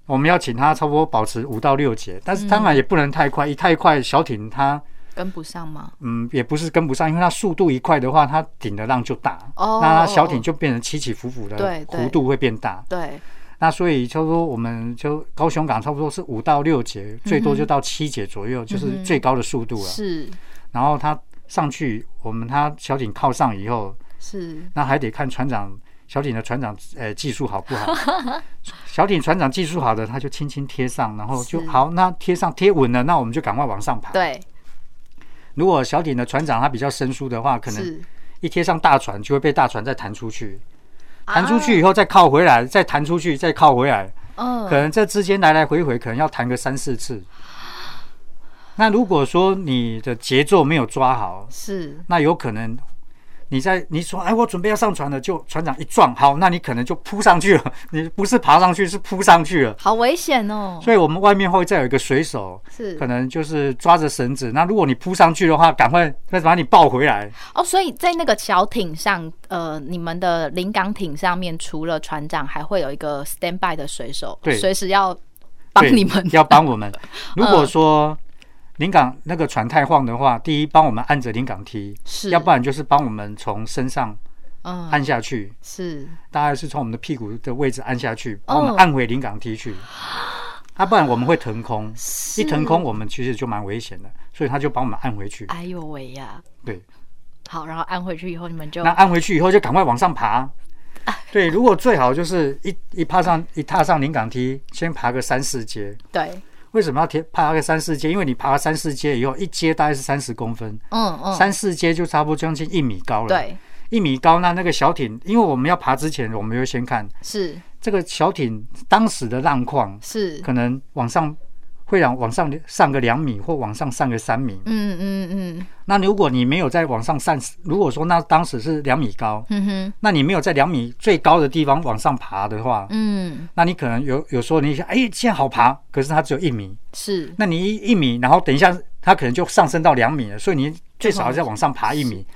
我们要请他差不多保持五到六节，但
嗯
是当然也不能太快，一太快小艇它
跟不上吗？
嗯也不是跟不上，因为它速度一快的话，它顶的浪就大，
哦
那它小
哦
艇就变成起起伏伏的，
对对
弧度会变大。
对，
那所以就说，我们就高雄港差不多是五到六节，最多就到七节左右，就是最高的速度
嗯
了。
是
然后它上去，我们它小艇靠上以后，
是，
那还得看船长小艇的船长呃技术好不好。
*laughs*
小艇船长技术好的，他就轻轻贴上，然后就是好。那贴上贴稳了，那我们就赶快往上爬。
对，
如果小艇的船长他比较生疏的话，可能
是
一贴上大船就会被大船再弹出去，弹出
啊
去以后再靠回来，再弹出去，再靠回来。
嗯，
可能这之间来来回回，可能要弹个三四次。那如果说你的节奏没有抓好，
是
那有可能你在你说哎，我准备要上船了，就船长一撞，好，那你可能就扑上去了， *laughs* 你不是爬上去，是扑上去了。
好危险哦，
所以我们外面会再有一个水手，
是
可能就是抓着绳子。那如果你扑上去的话，赶快再把你抱回来。
哦，所以在那个小艇上，呃，你们的临港艇上面，除了船长，还会有一个 stand by 的水手，
对
随时要帮
对
你们嗯
要帮
*laughs*
我们。如果说临港那个船太晃的话，第一帮我们按着临港梯，
是，
要不然就是帮我们从身上
嗯，
按下去，
是
大概是从我们的屁股的位置按下去，
哦
把我们按回灵港
*gasps*
梯去。啊，不然我们会腾空，
是
一腾空我们其实就蛮危险的，所以他就把我们按回去。
哎呦喂呀，
对，
好，然后按回去以后，你们就
那按回去以后就赶快往
*laughs*
上爬。对，如果最好就是一一爬上一踏上灵港梯，先爬个三四阶。
对，
为什么要贴爬个三四阶？因为你爬了三四阶以后，一阶大概是三十公分，
嗯嗯，
三四阶就差不多将近一米高了。，
对，
一米高，那那个小艇，因为我们要爬之前，我们就先看
是
这个小艇当时的浪况，
是，
可能往上会往往上上个两米，或往上上个三米。
嗯嗯嗯
那如果你没有再往上上，如果说那当时是两米高，
嗯哼，
那你没有在两米最高的地方往上爬的话，
嗯
那你可能有有时候你想，哎，现在好爬，可是它只有一米，
是
那你一一米，然后等一下它可能就上升到两米了，所以你最少要再往上爬一米，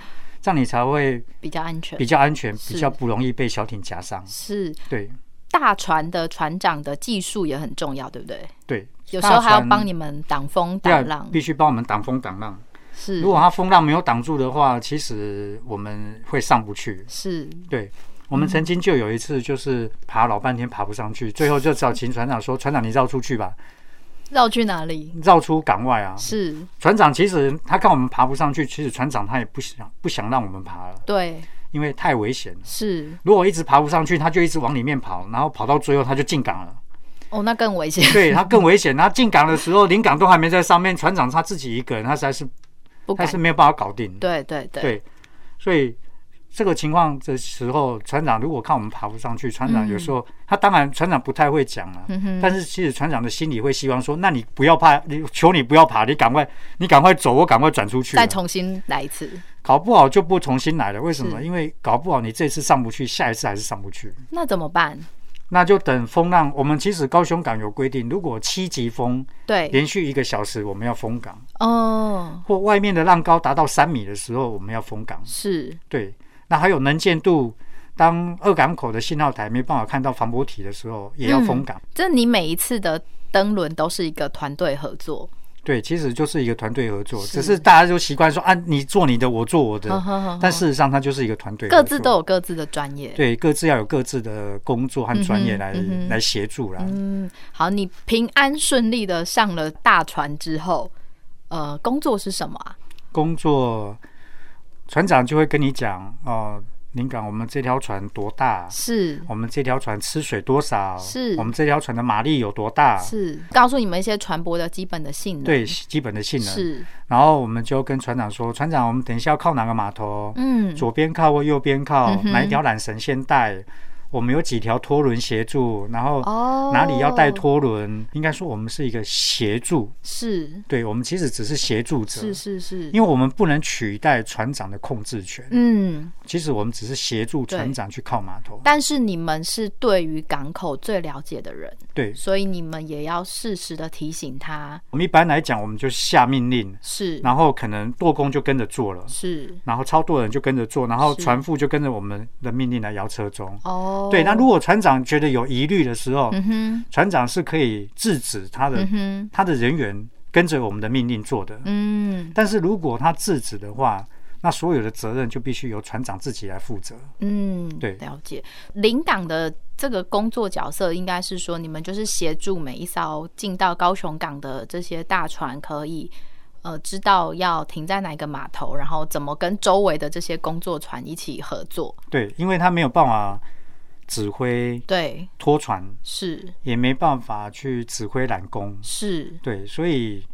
这样你才会
比较安全
比，较安全，
是
比较不容易被小艇夹伤。
是
对
大船的船长的技术也很重要，对不对？
对，
有时候还要
大船
帮你们挡风
对啊
挡浪，
必须帮我们挡风挡浪。
是
如果它风浪没有挡住的话，其实我们会上不去。
是
对，我们曾经就有一次就是爬老半天爬不上去，最后就找秦船长说：“船长，你绕出去吧，
绕去哪里？
绕出港外啊。”
是
船长其实他看我们爬不上去，其实船长他也不想不想让我们爬了，
对，
因为太危险了。
是
如果一直爬不上去，他就一直往里面跑，然后跑到最后他就进港了。
哦，那更危险。 *laughs*
对他更危险。他进港的时候，临港都还没在上面，船长他自己一个人，他实在是
不
他
敢
是没有办法搞定。
对对对，
对，所以这个情况的时候，船长如果看我们爬不上去，船长有时候、他当然船长不太会讲啊，
嗯哼
但是其实船长的心里会希望说，那你不要怕，你求你不要爬，你赶快你赶快走，我赶快转出去啊。
再重新来一次。
搞不好就不重新来了，为什么？
是
因为搞不好你这次上不去，下一次还是上不去。
那怎么办？
那就等风浪。我们其实高雄港有规定，如果七级风
对，
连续一个小时，我们要封港；
哦，
或外面的浪高达到三米的时候，我们要封港。
是
对，那还有能见度，当二港口的信号台没办法看到防波堤的时候，也要封港。
这你每一次的登轮都是一个团队合作，
对，其实就是一个团队合作，
是嗯
只是大家就习惯说啊，你做你的，我做我的。
呵呵呵呵
但事实上，它就是一个团队合
各
作，
自都有各自的专业。
对各自要有各自的工作和专
嗯
业
哼
来、
嗯哼
来协助啦。
嗯，好，你平安顺利的上了大船之后，呃，工作是什么啊？
工作，船长就会跟你讲哦，林、港我们这条船多大，
是
我们这条船吃水多少，
是
我们这条船的马力有多大，
是，告诉你们一些船舶的基本的性能。
对基本的性能。
是，
然后我们就跟船长说，船长，我们等一下要靠哪个码头，
嗯，
左边靠或右边靠，
嗯哼
哪一条缆绳先带，我们有几条拖轮协助，然后
哦，
哪里要带拖轮，应该说我们是一个协助，
是
对我们其实只是协助者。
是是是，
因为我们不能取代船长的控制权，
嗯，
其实我们只是协助船长去靠码头。
但是你们是对于港口最了解的人，
对
所以你们也要适时的提醒他，
我们一般来讲，我们就下命令，
是
然后可能舵工就跟着做了，
是
然后操作人就跟着做，然后
是
船副就跟着我们的命令来摇车钟。
哦，
对，那如果船长觉得有疑虑的时候，
嗯哼
船长是可以制止他的、
嗯哼
他的人员跟着我们的命令做的。
嗯
但是如果他制止的话，那所有的责任就必须由船长自己来负责。
嗯，
对
了解。领港的这个工作角色应该是说，你们就是协助每一艘进到高雄港的这些大船，可以呃知道要停在哪一个码头，然后怎么跟周围的这些工作船一起合作。
对，因为他没有办法指挥
对，
拖船，
是
也没办法去指挥揽工。
是
对，所以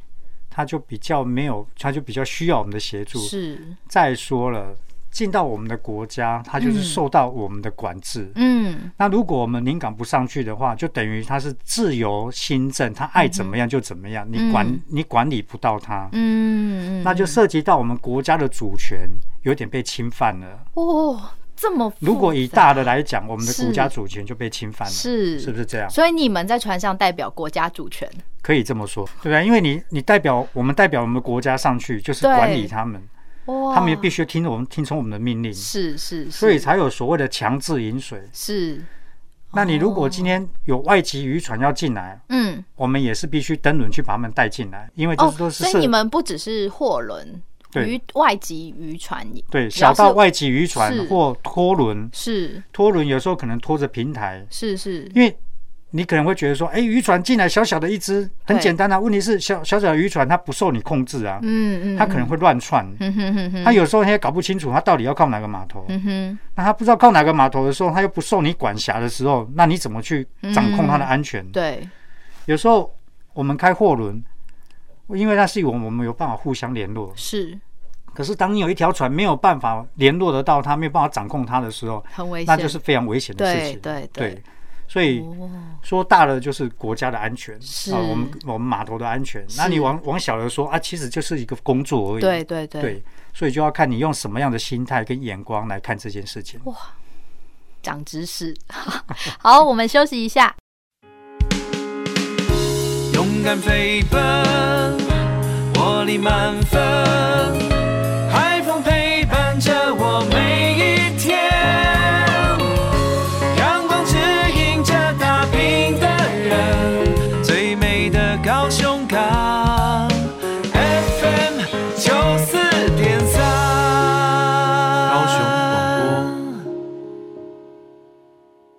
他就比较没有，他就比较需要我们的协助。
是，
再说了，进到我们的国家，他就是
嗯
受到我们的管制。
嗯，
那如果我们临港不上去的话，就等于他是自由新政，他爱怎么样就怎么样，你管、
嗯
你管理不到他，
嗯，
那就涉及到我们国家的主权有点被侵犯了。
哦，这么复杂
如果以大的来讲，我们的
是
国家主权就被侵犯了，
是
是不是这样？
所以你们在船上代表国家主权，
可以这么说，对不对？因为你你代表我们代表我们的国家上去，就是
对
管理他们，
哇
他们也必须听我们听从我们的命令，
哦是哦是，是
所以才有所谓的强制饮水。
是
那你如果今天有外籍渔船要进来，
嗯
我们也是必须登轮去把他们带进来，因为这
哦，
都是
所以
涉、
你们不只是货轮，
对
渔外籍渔船也
对
只要
小
是
到外籍渔船
是
或拖轮，
是
拖轮有时候可能拖着平台，
是是
因为你可能会觉得说，哎，渔船进来小小的一只，很
对
简单啊。问题是小小小的渔船它不受你控制啊，
嗯嗯，
它可能会乱窜，
嗯哼哼哼
它有时候它也搞不清楚它到底要靠哪个码头。
嗯哼
那它不知道靠哪个码头的时候，它又不受你管辖的时候，那你怎么去掌控它的安全？
对
有时候我们开货轮，因为那是我们我们有办法互相联络。
是
可是当你有一条船没有办法联络得到它，没有办法掌控它的时候，
很危险，
那就是非常危险的事
对
情。
对
对，所以
哦
说大了就是国家的安全，
是
啊，我们我们码头的安全。
是
那你往往小了说啊，其实就是一个工作而已。
对对对
对，所以就要看你用什么样的心态跟眼光来看这件事情。
长知识。 *laughs* 好，我们休息一下。
勇敢飞奔，活力满分，海风陪伴着我每一天，阳光指引着打拼的人，最美的高雄港，FM 九四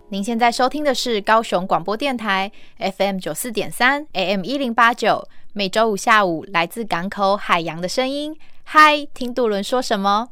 您现在收听的是高雄广播电台 FM 九四点三 AM 一零八九，每周五下午来自港口海洋的声音。嗨，听渡轮说什么？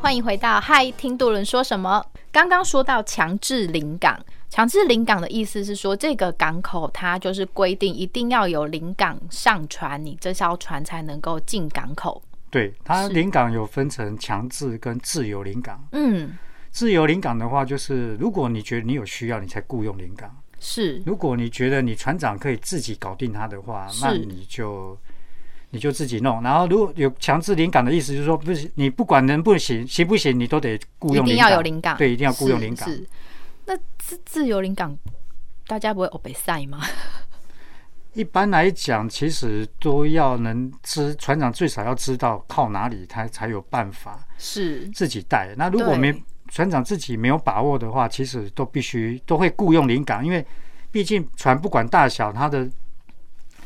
欢迎回到嗨，听渡轮说什么？刚刚说到强制临港，强制临港的意思是说，这个港口它就是规定一定要有临港上船，你这艘船才能够进港口。
对，它
是
临港有分成强制跟自由临港。
嗯，
自由临港的话，就是如果你觉得你有需要，你才雇佣临港；
是
如果你觉得你船长可以自己搞定他的话，那
是
你就你就自己弄。然后如果有强制临港的意思，就是说不行，你不管能不行行不行，你都得雇
一
佣
定
临
要
港。
有临港，
对，一定要雇佣
是
临港。
是，那自自由临港，大家不会欧北赛吗？
一般来讲，其实都要能知船长最少要知道靠哪里，他才有办法
是
自己带。那如果没
对
船长自己没有把握的话，其实都必须都会雇佣临港，因为毕竟船不管大小，它的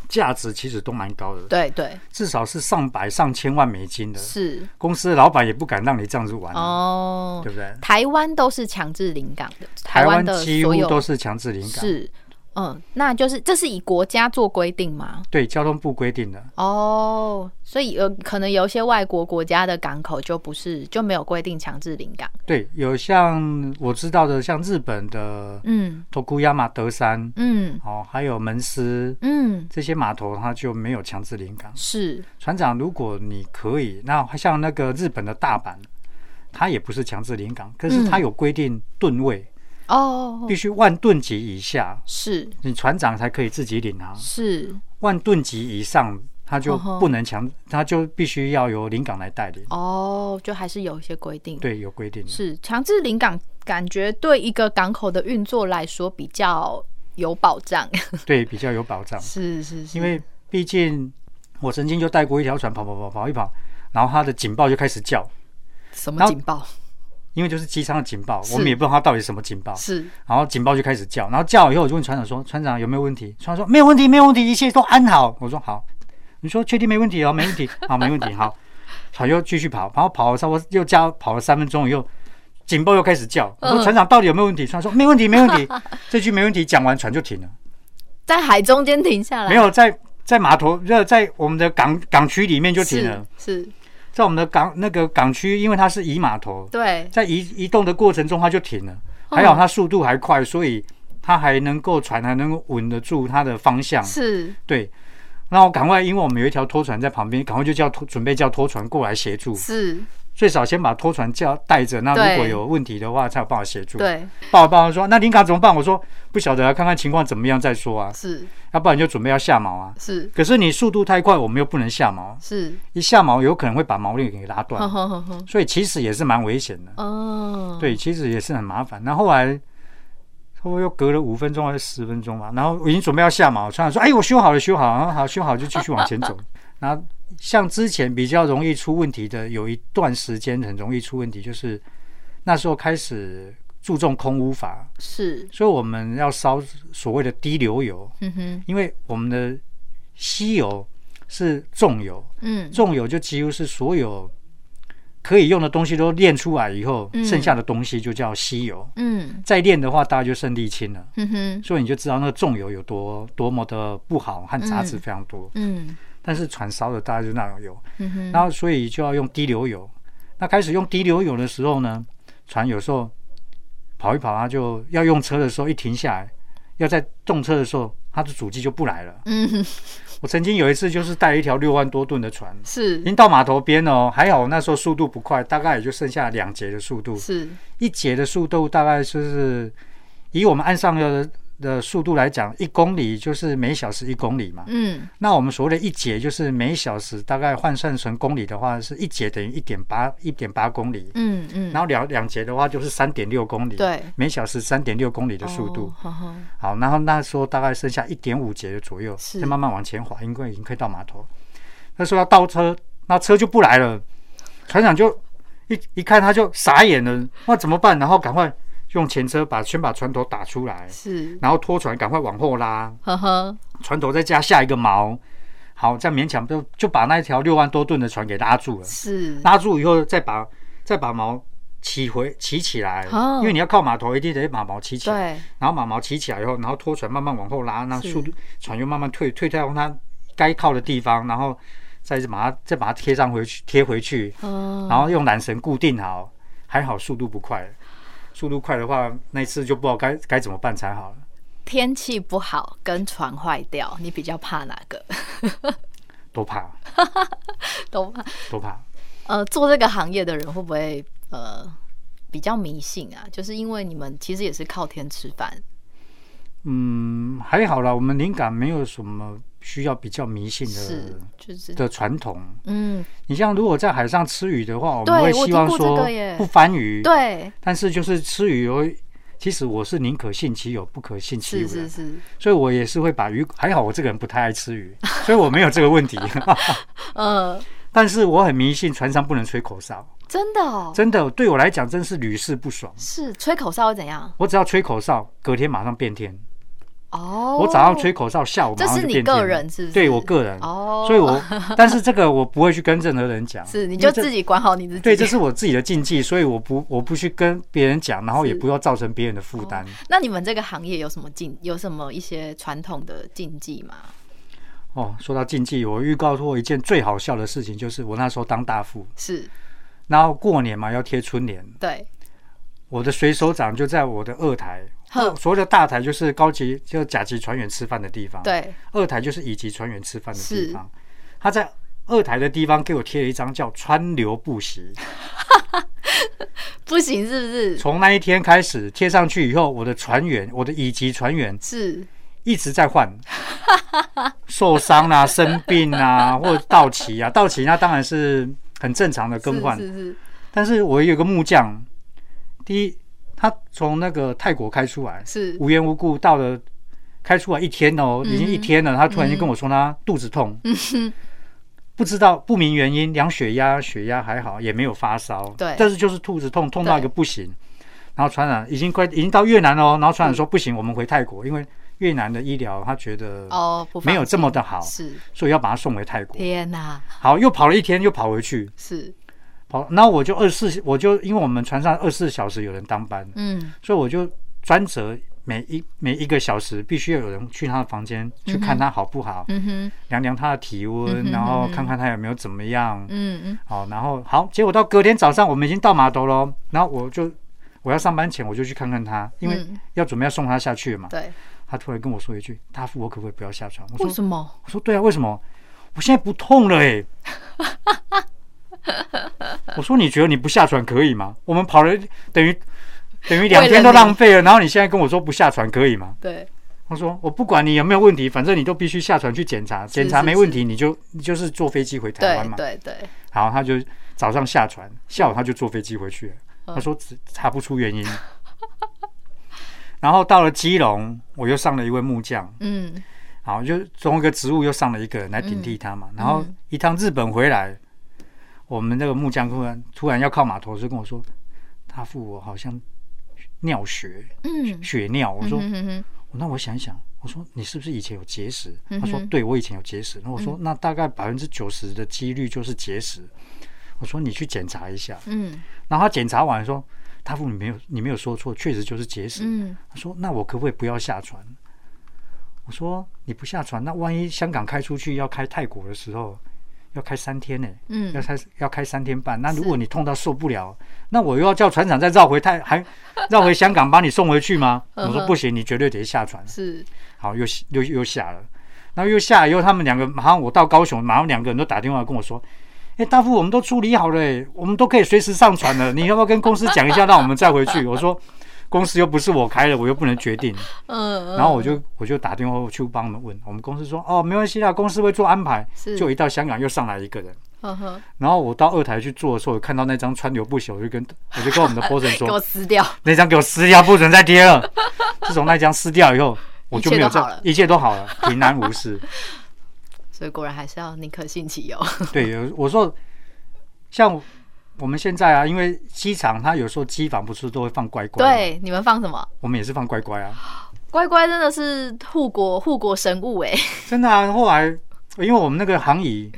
价值其实都蛮高的，
对对
至少是上百上千万美金的。
是
公司的老板也不敢让你这样子玩啊，
哦。
对不对？
台湾都是强制临港的，
台
湾
湾
的
几
所
乎
有
都是强制临港，
是嗯，那就是这是以国家做规定吗？
对交通部规定的。
哦，所以有可能有一些外国国家的港口就不是就没有规定强制临港。
对，有像我知道的，像日本的
嗯
托库亚马德山，
嗯
哦，还有门司
嗯，
这些码头，它就没有强制临港。
是
船长，如果你可以，那像那个日本的大阪，它也不是强制临港，可是它有规定吨位，
哦
必，须万吨级以下，
是
你船长才可以自己领航；
是
万吨级以上，它就
嗯哼
不能强，它就必须要由临港来带领。
哦，就还是有一些规定。
对，有规定的。
是强制临港，感觉对一个港口的运作来说比较有保障。
对，比较有保
*laughs*
障。
是是是，
因为毕竟我曾经就带过一条船跑跑跑跑一跑，然后它的警报就开始叫，
什
然
么
后
警报？
因为就是机舱的警报，
是
我们也不知道它到底什么警报，
是
然后警报就开始叫，然后叫了以后我就问船长说：“船长有没有问题？”船长说：“没有问题，没有问题，一切都安好。”我说：“好。”你说确定没问题哦？没问题， *laughs* 好，没问题，好。船又继续跑，然后跑了差不多又加跑了三分钟以后，警报又开始叫。我说：“
嗯
船长到底有没有问题？”船长说：“没问题，没问题。”这句没问题讲完，船就停了。
在海中间停下来，
没有在在码头，在在我们的港港区里面就停了。
是。是，
在我们的港那个港区，因为它是移码头，
对，
在移移动的过程中它就停了。
哦
还好它速度还快，所以它还能够船还能够稳得住它的方
啊
向。
是
对，那我赶快，因为我们有一条拖船在旁边，赶快就叫拖准备叫拖船过来协助，
是，
最少先把拖船叫带着。那
对
如果有问题的话，才有办法协助。，
对，
抱一抱说那林卡怎么办？我说不晓得啊，看看情况怎么样再说啊，
是
要不然就准备要下锚啊。
是
可是你速度太快，我们又不能下锚，
是，
一下锚有可能会把锚链给拉
哼
断，
哼哼哼，
所以其实也是蛮危险的。
哦，
对，其实也是很麻烦。那后来，差不多又隔了五分钟还是十分钟吧，然后我已经准备要下锚，船长说：“哎，我修好了，修好了，然后好，修好就继续往前走。”然后像之前比较容易出问题的，有一段时间很容易出问题，就是那时候开始注重空污法，
是，
所以我们要烧所谓的低流油，
嗯哼，
因为我们的稀油是重油，
嗯，
重油就几乎是所有可以用的东西都炼出来以后，
嗯
剩下的东西就叫稀油。
嗯
再炼的话，大概就剩沥青了。
哼哼，
所以你就知道那个重油有多多么的不好，和杂质
嗯
非常多。
嗯
但是船烧的大概就那种油，
哼哼，
然后所以就要用滴流油。那开始用滴流油的时候呢，船有时候跑一跑，它就要用车的时候一停下来，要在动车的时候，它的主机就不来了。
嗯哼
我曾经有一次就是带一条六万多吨的船，已
是
经到码头边了哦，还好我那时候速度不快，大概也就剩下两节的速度，
是，
一节的速度大概就是以我们岸上的的速度来讲，一公里就是每小时一公里嘛。
嗯
那我们所谓的一节就是每小时大概换算成公里的话，是一节等于一点八一点八公里，
嗯嗯，
然后两两节的话就是三点六公里，
对
每小时三点六公里的速度
哦。哼哼
好，然后那时候大概剩下一点五节的左右，
是
再慢慢往前滑，因为已经快到码头。那时候要倒车，那车就不来了，船长就一一看他就傻眼了，那怎么办？然后赶快用前车把先把船头打出来，
是，
然后拖船赶快往后拉，
呵呵，
船头再加下一个锚，好，这样勉强就就把那一条六万多吨的船给拉住了。
是，
拉住以后再把再把锚起回起起来，
哦
因为你要靠码头，一定得把锚起起来。
对，
然后把锚起起来以后，然后拖船慢慢往后拉，那
是
速度船又慢慢退退到它该靠的地方，然后再把它再把它贴上回去贴回去，
嗯，
然后用缆绳固定好。还好速度不快，速度快的话，那一次就不知道该该怎么办才好了。
天气不好跟船坏掉，你比较怕哪个？ *laughs*
多怕，
都怕。
多怕。
呃，做这个行业的人会不会呃比较迷信啊？就是因为你们其实也是靠天吃饭，
嗯，还好啦，我们灵感没有什么需要比较迷信
是
的
就是
的传统。
嗯，
你像如果在海上吃鱼的话，我
对
们会
我
希
听
望
过这
说
个耶
不翻鱼。
对，
但是就是吃鱼会，其实我是宁可信其有，不可信其无
是
的。
是是，
所以我也是会把鱼，还好我这个人不太爱吃鱼， *laughs* 所以我没有这个问题。 *laughs*
呃，
但是我很迷信船上不能吹口哨，
真的哦，
真的对我来讲真是屡试不爽。
是吹口哨会怎样？
我只要吹口哨，隔天马上变天。
哦，
我早上吹口哨，下午马
这
上
是
就
你
变天
个人是不是
对我个人，
哦，
所以我但是这个我不会去跟任何人讲，
*laughs* 是你
因
就
为这
自己管好你自己。
对，这是我自己的禁忌，所以我不我不去跟别人讲，然后也
是
不要造成别人的负担。
那你们这个行业有什么禁，有什么一些传统的禁忌吗？
哦，说到禁忌，我预告过一件最好笑的事情，就是我那时候当大副，
是
然后过年嘛要贴春联，
对，
我的水手长就在我的二台，
呵，
所谓的大台就是高级就是甲级船员吃饭的地方，，
对，
二台就是乙级船员吃饭的地方。他在二台的地方给我贴了一张叫“川流不息
不行是不”，是？
从那一天开始贴上去以后，我的船员，我的乙级船员
是
一直在换，受伤啦、生病啦，或者到期啊，到期那当然是很正常的更换。
是是
但是我有个木匠，第一，他从那个泰国开出来，
是是，
无缘无故到了开出来一天
嗯
哦，已经一天了，他突然间跟我说他肚子痛，不知道不明原因，量血压，血压还好，也没有发烧，
对
但是就是肚子痛，痛到一个不行。然后船长已经快已经到越南了哦，然后船长说不行，我们回泰国，因为越南的医疗他觉得
哦，不放
没有这么的好，
心是
所以要把他送回泰国。
天哪，
好，又跑了一天，又跑回去，
是
跑，然后我就二十四，我就因为我们船上二十四小时有人当班，
嗯，
所以我就专责每一每一个小时必须要有人去他的房间去看他好不好，
嗯哼，
量量他的体温，
嗯哼
然
嗯
后
哼
看看他有没有怎么样。
嗯嗯，
好，然后好，结果到隔天早上我们已经到码头喽，然后我就我要上班前我就去看看他，因为
嗯
要准备要送他下去嘛。
对，
他突然跟我说一句：“大副，我可不可以不要下船？”我
为
说
什么？：“
我说对啊，为什么？我现在不痛了哎、我说：“你觉得你不下船可以吗？我们跑了等于等于两天都
为了你
浪费了，然后你现在跟我说不下船可以吗？”
对，
他说：“我不管你有没有问题，反正你都必须下船去检查，
是
检查
是
没问题，你就你就是坐飞机回台湾
对
嘛。
对对，”
然后他就早上下船，下午他就坐飞机回去了。
嗯
他说只查不出原因。然后到了基隆，我又上了一位木匠，
嗯，
好，就从一个职务又上了一个人来顶替他嘛。然后
嗯
一趟日本回来，我们那个木匠突然突然要靠码头，就跟我说：“他父，我好像尿血
嗯，
血尿。”我说：“
嗯哼哼
那我想一想，我说你是不是以前有结石？
嗯哼嗯
他说对，我以前有结石。那我说那大概百分之九十的几率就是结石。我说你去检查一下。
嗯
然后他检查完说，他父母没有，你没有说错，确实就是结石。
嗯，
他说那我可不可以不要下船？我说你不下船，那万一香港开出去要开泰国的时候，要开三天呢、
嗯
要开要开三天半。那
是
如果你痛到受不了，那我又要叫船长再绕回泰，还绕回香港把你送回去吗？
嗯
我
哼
说不行，你绝对得下船。
是
好，又下又又下了，然后又下了以后，他们两个马上我到高雄，马上两个人都打电话跟我说：“哎、大副，我们都处理好了、哎我们都可以随时上船了，你要不要跟公司讲一下，让我们再回去？”我说：“公司又不是我开的，我又不能决定。”
嗯，
然后我就我就打电话去帮他们问，我们公司说：“哦，没关系啦，公司会做安排。”
是
就一到香港又上来一个人，
呵呵，
然后我到二台去做的时候，我看到那张川流不息，我就跟我就跟我们的波神
给我
说
撕掉，：“
那张给我撕掉，不准再贴了。” *laughs* 自从那张撕掉以后，我就没有
一切都
再
好了
一切都好了，平安无事。
所以果然还是要宁可信其有，
对，有我说像我们现在啊，因为机场它有时候机房不是都会放乖乖，，
对，你们放什么？
我们也是放乖乖啊，
乖乖真的是护国护国神物哎、
真的啊。后来因为我们那个航椅，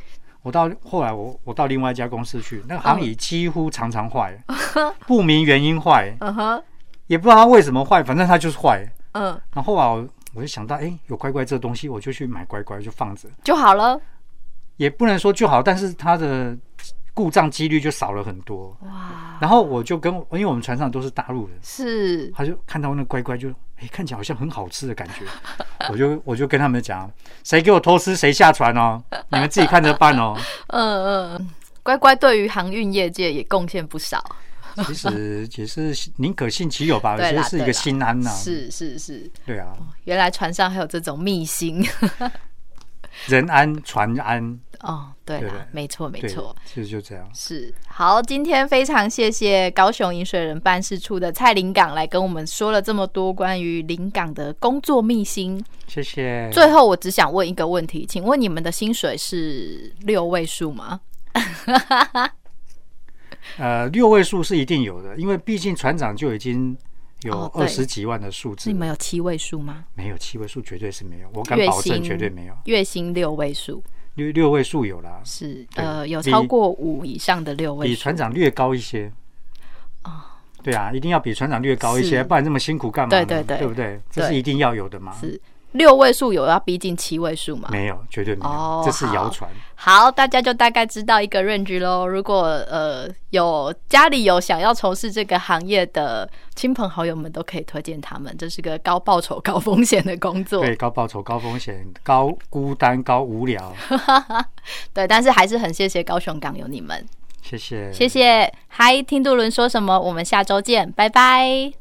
我到后来我我到另外一家公司去，那个航椅几乎常常 *laughs* 坏，不明原因坏，
嗯哼，
也不知道它为什么坏，反正它就是坏。
嗯，
然后啊，我我就想到，哎，有乖乖这东西，我就去买乖乖，就放着，
就好了。
也不能说就好，但是它的故障几率就少了很多。
哇，
然后我就跟，因为我们船上都是大陆人，
是
他就看到那乖乖就，哎，看起来好像很好吃的感
*laughs*
觉，我就我就跟他们讲，谁给我偷吃谁下船哦，你们自己看着
*laughs*
办哦。
嗯嗯，乖乖对于航运业界也贡献不少。
其实也是宁可信其有吧，
对
有
啦
些是一
对啦
个心安呐、
是是是，
对啊，
原来船上还有这种秘辛 *laughs*
人安船安，
哦。对
对
啦，没错没
对
错。，
其实就这样。
是好，今天非常谢谢高雄饮水人办事处的蔡林港来跟我们说了这么多关于林港的工作秘辛。
谢谢。
最后，我只想问一个问题，请问你们的薪水是六位数吗？
呃，六位数是一定有的，因为毕竟船长就已经有
哦对
二十几万的数字
你
了，
们有七位数吗？
没有七位数绝对是没有，我敢
月
保证
薪
绝对没有，
月薪六位数
六六位数有啦，
是
对
呃有
比
超过五以上的六位
比
数哦
船长略高一些。对啊，一定要比船长略高一些，
是
不然这么辛苦干嘛呢？
对对对
对不对？这是
对
一定要有的嘛。
是六位数有要逼近七位数吗？
没有，绝对没有，
哦
这是
好
谣传。
好，大家就大概知道一个 range 喽。如果呃有家里有想要从事这个行业的亲朋好友们，都可以推荐他们，这是个高报酬、高风险的工作。
对，高报酬、高风险、高孤单、高无聊。
*laughs* 对，但是还是很谢谢高雄港有你们，
谢谢，
谢谢。嗨，听杜伦说什么？我们下周见，拜拜。